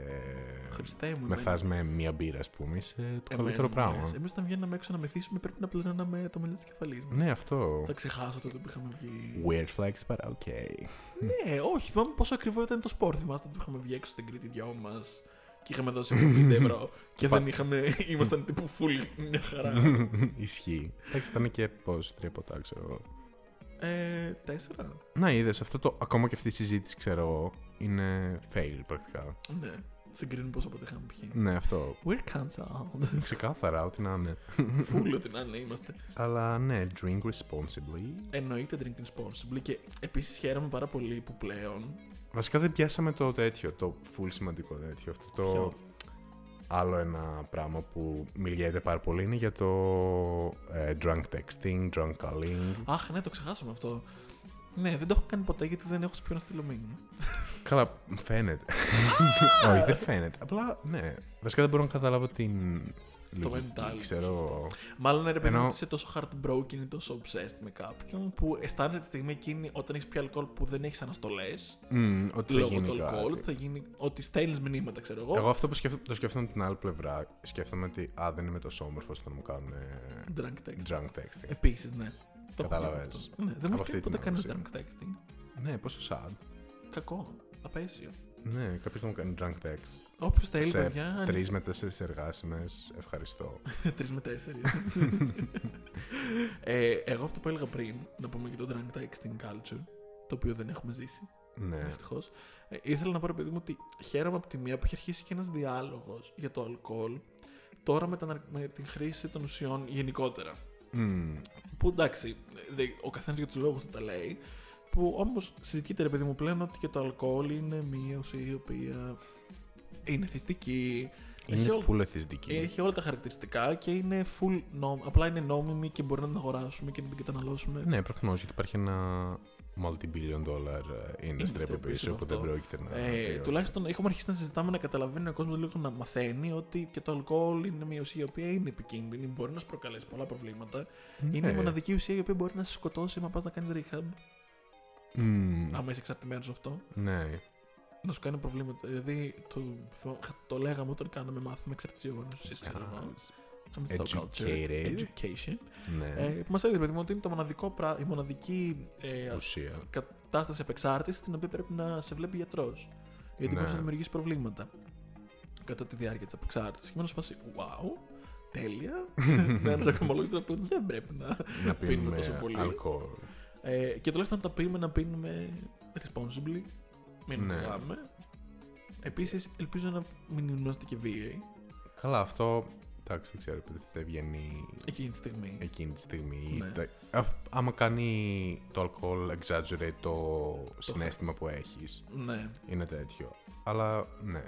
A: Χριστέ μου.
B: μεθάς με μία μπύρα, ας πούμε, είσαι το καλύτερο
A: ναι,
B: πράγμα.
A: Εμείς όταν βγαίναμε έξω να μεθύσουμε πρέπει να πληρώναμε το μελέτη της κεφαλής μας.
B: Ναι, αυτό.
A: Θα ξεχάσω τότε που είχαμε βγει.
B: Weird flex, but okay.
A: Ναι, όχι. Θυμάμαι πόσο ακριβό ήταν το σπορ. Θυμάστε ότι είχαμε βγει έξω στην Κρήτη δυο μας και είχαμε δώσει 50 ευρώ και δεν είχαμε. ήμασταν τύπου full μια χαρά.
B: <laughs> Ισχύει. Εντάξει, ήταν και πώς, τρία ποτά, ξέρω εγώ.
A: ε, τέσσερα.
B: Να είδες, αυτό το ακόμα και αυτή η συζήτηση, ξέρω εγώ, είναι fail πρακτικά.
A: Ναι. Συγκρίνουμε πόσο ποτέ είχαμε πιει.
B: Ναι, αυτό.
A: We're cancelled.
B: Ξεκάθαρα, ό,τι να είναι.
A: Φούλη ότι να ναι, είμαστε.
B: Αλλά ναι, drink responsibly.
A: Εννοείται drink responsibly και επίσης χαίρομαι πάρα πολύ που πλέον.
B: Βασικά δεν πιάσαμε το τέτοιο, το full σημαντικό τέτοιο. Αυτό το.
A: Ποιο?
B: Άλλο ένα πράγμα που μιλιέται πάρα πολύ είναι για το ε, drunk texting, drunk calling.
A: Αχ, ναι, το ξεχάσαμε αυτό. Ναι, δεν το έχω κάνει ποτέ γιατί δεν έχω σε ποιον να στείλω μήνυμα.
B: Καλά, φαίνεται. <laughs> Όχι, <laughs> δεν φαίνεται. Απλά, ναι. Βασικά δεν μπορώ να καταλάβω την λογική,
A: mentality.
B: ξέρω.
A: Μάλλον ρε παιδί μου
B: Ενώ-
A: ότι είσαι τόσο heartbroken ή τόσο obsessed με κάποιον που αισθάνεσαι τη στιγμή εκείνη όταν έχεις πια αλκοόλ που δεν έχεις αναστολές
B: Μμμ, ότι θα
A: λόγω
B: γίνει
A: του αλκοόλ,
B: κάτι.
A: ότι θα γίνει. Ότι στέλνεις μηνύματα, ξέρω εγώ.
B: Εγώ αυτό που σκέφτομαι, το σκέφτομαι από την άλλη πλευρά. Σκέφτομαι ότι α, δεν είμαι τόσο όμορφος όταν μου κάνουν ε,
A: Drunk texting.
B: drunk texting.
A: Επίσης, ναι. Το έχω
B: Κατάλαβες.
A: κάνει αυτό. Ναι, δεν μου
B: αυτή
A: έχει
B: την
A: ποτέ κάνει
B: άποψη.
A: drunk texting.
B: Ναι, πόσο sad.
A: Κακό. Απέσιο.
B: Ναι, κάποιος να μου κάνει drunk text.
A: Όποιος θέλει,
B: Σε
A: παιδιά.
B: Τρεις με τέσσερις εργάσιμες. Ευχαριστώ.
A: Τρεις με τέσσερις.
B: <laughs>
A: ε, εγώ αυτό που έλεγα πριν, να πούμε και το drunk texting culture, το οποίο δεν έχουμε ζήσει.
B: ναι.
A: Δυστυχώς. Ε, ήθελα να πω, ρε παιδί μου, ότι χαίρομαι από τη μία που έχει αρχίσει και ένας διάλογος για το αλκοόλ τώρα με, τα, ναρ- με την χρήση των ουσιών γενικότερα.
B: Μμμ.
A: Που εντάξει, δε- ο καθένας για τους λόγους του τα λέει. Που όμως συζητείται, ρε παιδί μου, πλέον ότι και το αλκοόλ είναι μία ουσία η οποία είναι θετική. Έχει,
B: Είναι
A: ό-
B: full εθιστική.
A: έχει όλα τα χαρακτηριστικά και είναι full νόμ, απλά είναι νόμιμη και μπορεί να την αγοράσουμε και να την καταναλώσουμε.
B: Ναι, προφανώς γιατί υπάρχει ένα multi-billion dollar ε,
A: Industry
B: industry από
A: πίσω
B: πίσω που
A: αυτό.
B: δεν πρόκειται να.
A: Ε,
B: τελειώσει.
A: τουλάχιστον έχουμε αρχίσει να συζητάμε να καταλαβαίνει ο κόσμος λίγο να μαθαίνει ότι και το αλκοόλ είναι μια ουσία η οποία είναι επικίνδυνη, μπορεί να σου προκαλέσει πολλά προβλήματα.
B: Ναι.
A: Είναι η μοναδική ουσία η οποία μπορεί να σε σκοτώσει άμα πας να κάνεις rehab,
B: Μμμ.
A: άμα είσαι εξαρτημένος σε αυτό.
B: Ναι.
A: Να σου κάνει προβλήματα. Δηλαδή, το, το, το λέγαμε όταν κάναμε μάθημα εξαρτησιών ουσία, ξέρω εγώ. I'm so culture.
B: Educated.
A: Education. Ε,
B: Ναι.
A: που μας έδειξε, παιδί μου, ότι είναι το μοναδικό, πρά- η μοναδική ε, ας- <laughs>
B: Ουσία.
A: κατάσταση επεξάρτηση την οποία πρέπει να σε βλέπει γιατρός. Γιατί
B: Ναι.
A: μπορεί να δημιουργήσει προβλήματα κατά τη διάρκεια της επεξάρτηση. Και μένω σε φάση, wow,
B: <laughs>
A: τέλεια. με έναν ακρομολόγητο να πούμε δεν πρέπει να.
B: να
A: πίνουμε
B: πίνουμε
A: τόσο πολύ.
B: αλκοόλ.
A: Ε, και τουλάχιστον όταν πίνουμε να πίνουμε responsibly. Μην
B: Ναι.
A: φοβάμε. Επίσης, ελπίζω να μην είμαστε και βίαιοι
B: Καλά, αυτό. Εντάξει, δεν ξέρω επειδή θα βγαίνει
A: εκείνη τη στιγμή.
B: εκείνη τη στιγμή.
A: Ναι.
B: Τα- α- άμα κάνει το αλκοόλ exaggerate το συνέστημα που έχεις.
A: Ναι.
B: Είναι τέτοιο. Αλλά ναι.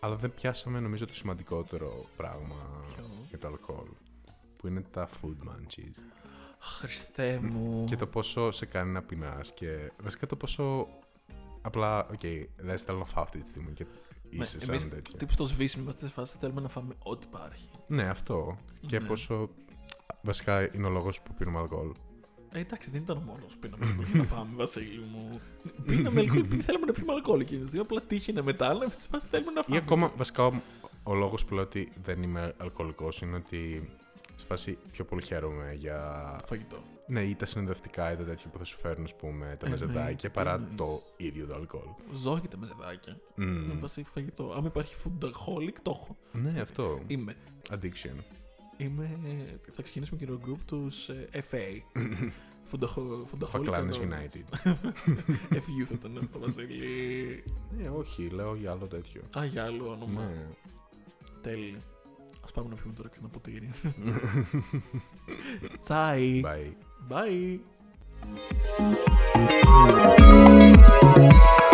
B: Αλλά δεν πιάσαμε νομίζω το σημαντικότερο πράγμα
A: Ποιο?
B: για το αλκοόλ. Που είναι τα food munchies.
A: Χριστέ μου.
B: Και το πόσο σε κάνει να πεινάς και βασικά το πόσο. Απλά, οκ, λες, θέλω να φάω αυτή τη στιγμή και
A: Ναι,
B: είσαι σαν
A: εμείς
B: τέτοια.
A: τύπου στο σβήσιμο είμαστε σε φάση θέλουμε να φάμε ό,τι υπάρχει.
B: Ναι, αυτό. Και
A: Ναι.
B: πόσο. Βασικά είναι ο λόγος που πίνουμε αλκοόλ.
A: Ε, εντάξει, δεν ήταν ο μόνος που πίναμε αλκοόλ για να φάμε, Βασίλη μου. Πίναμε αλκοόλ επειδή θέλαμε να πίνουμε αλκοόλ εκείνη τη στιγμή. Απλά τύχαινε μετά, αλλά σε φάση θέλουμε να
B: Ή
A: φάμε.
B: ακόμα, βασικά, ο, ο λόγος που λέω ότι δεν είμαι αλκοολικός είναι ότι σε φάση πιο πολύ χαίρομαι για.
A: το φαγητό.
B: Ναι, ή τα συνοδευτικά ή τα τέτοια που θα σου φέρουν, ας πούμε, τα
A: Ε,
B: μεζεδάκια
A: ναι,
B: παρά
A: τι
B: το
A: εννοείς. Ναι,
B: ίδιο το αλκοόλ.
A: Ζώα και τα μεζεδάκια.
B: Μμμ.
A: Είναι Ε, βασίλη φαγητό. Αν υπάρχει foodaholic, το έχω.
B: Ναι, αυτό.
A: Είμαι.
B: Addiction.
A: Είμαι... Θα ξεκινήσουμε και το group ε, του FA. Foodaholic.
B: Φακλάνες United.
A: FU θα ήταν ναι, αυτό, Βασίλη.
B: <laughs> Ναι, όχι, λέω για άλλο τέτοιο.
A: Α, για άλλο όνομα.
B: Ναι.
A: Τέλεια. Α πάμε να πιούμε τώρα και ένα
B: <laughs>
A: ποτήρι. Τσάι.
B: Bye.
A: Bye.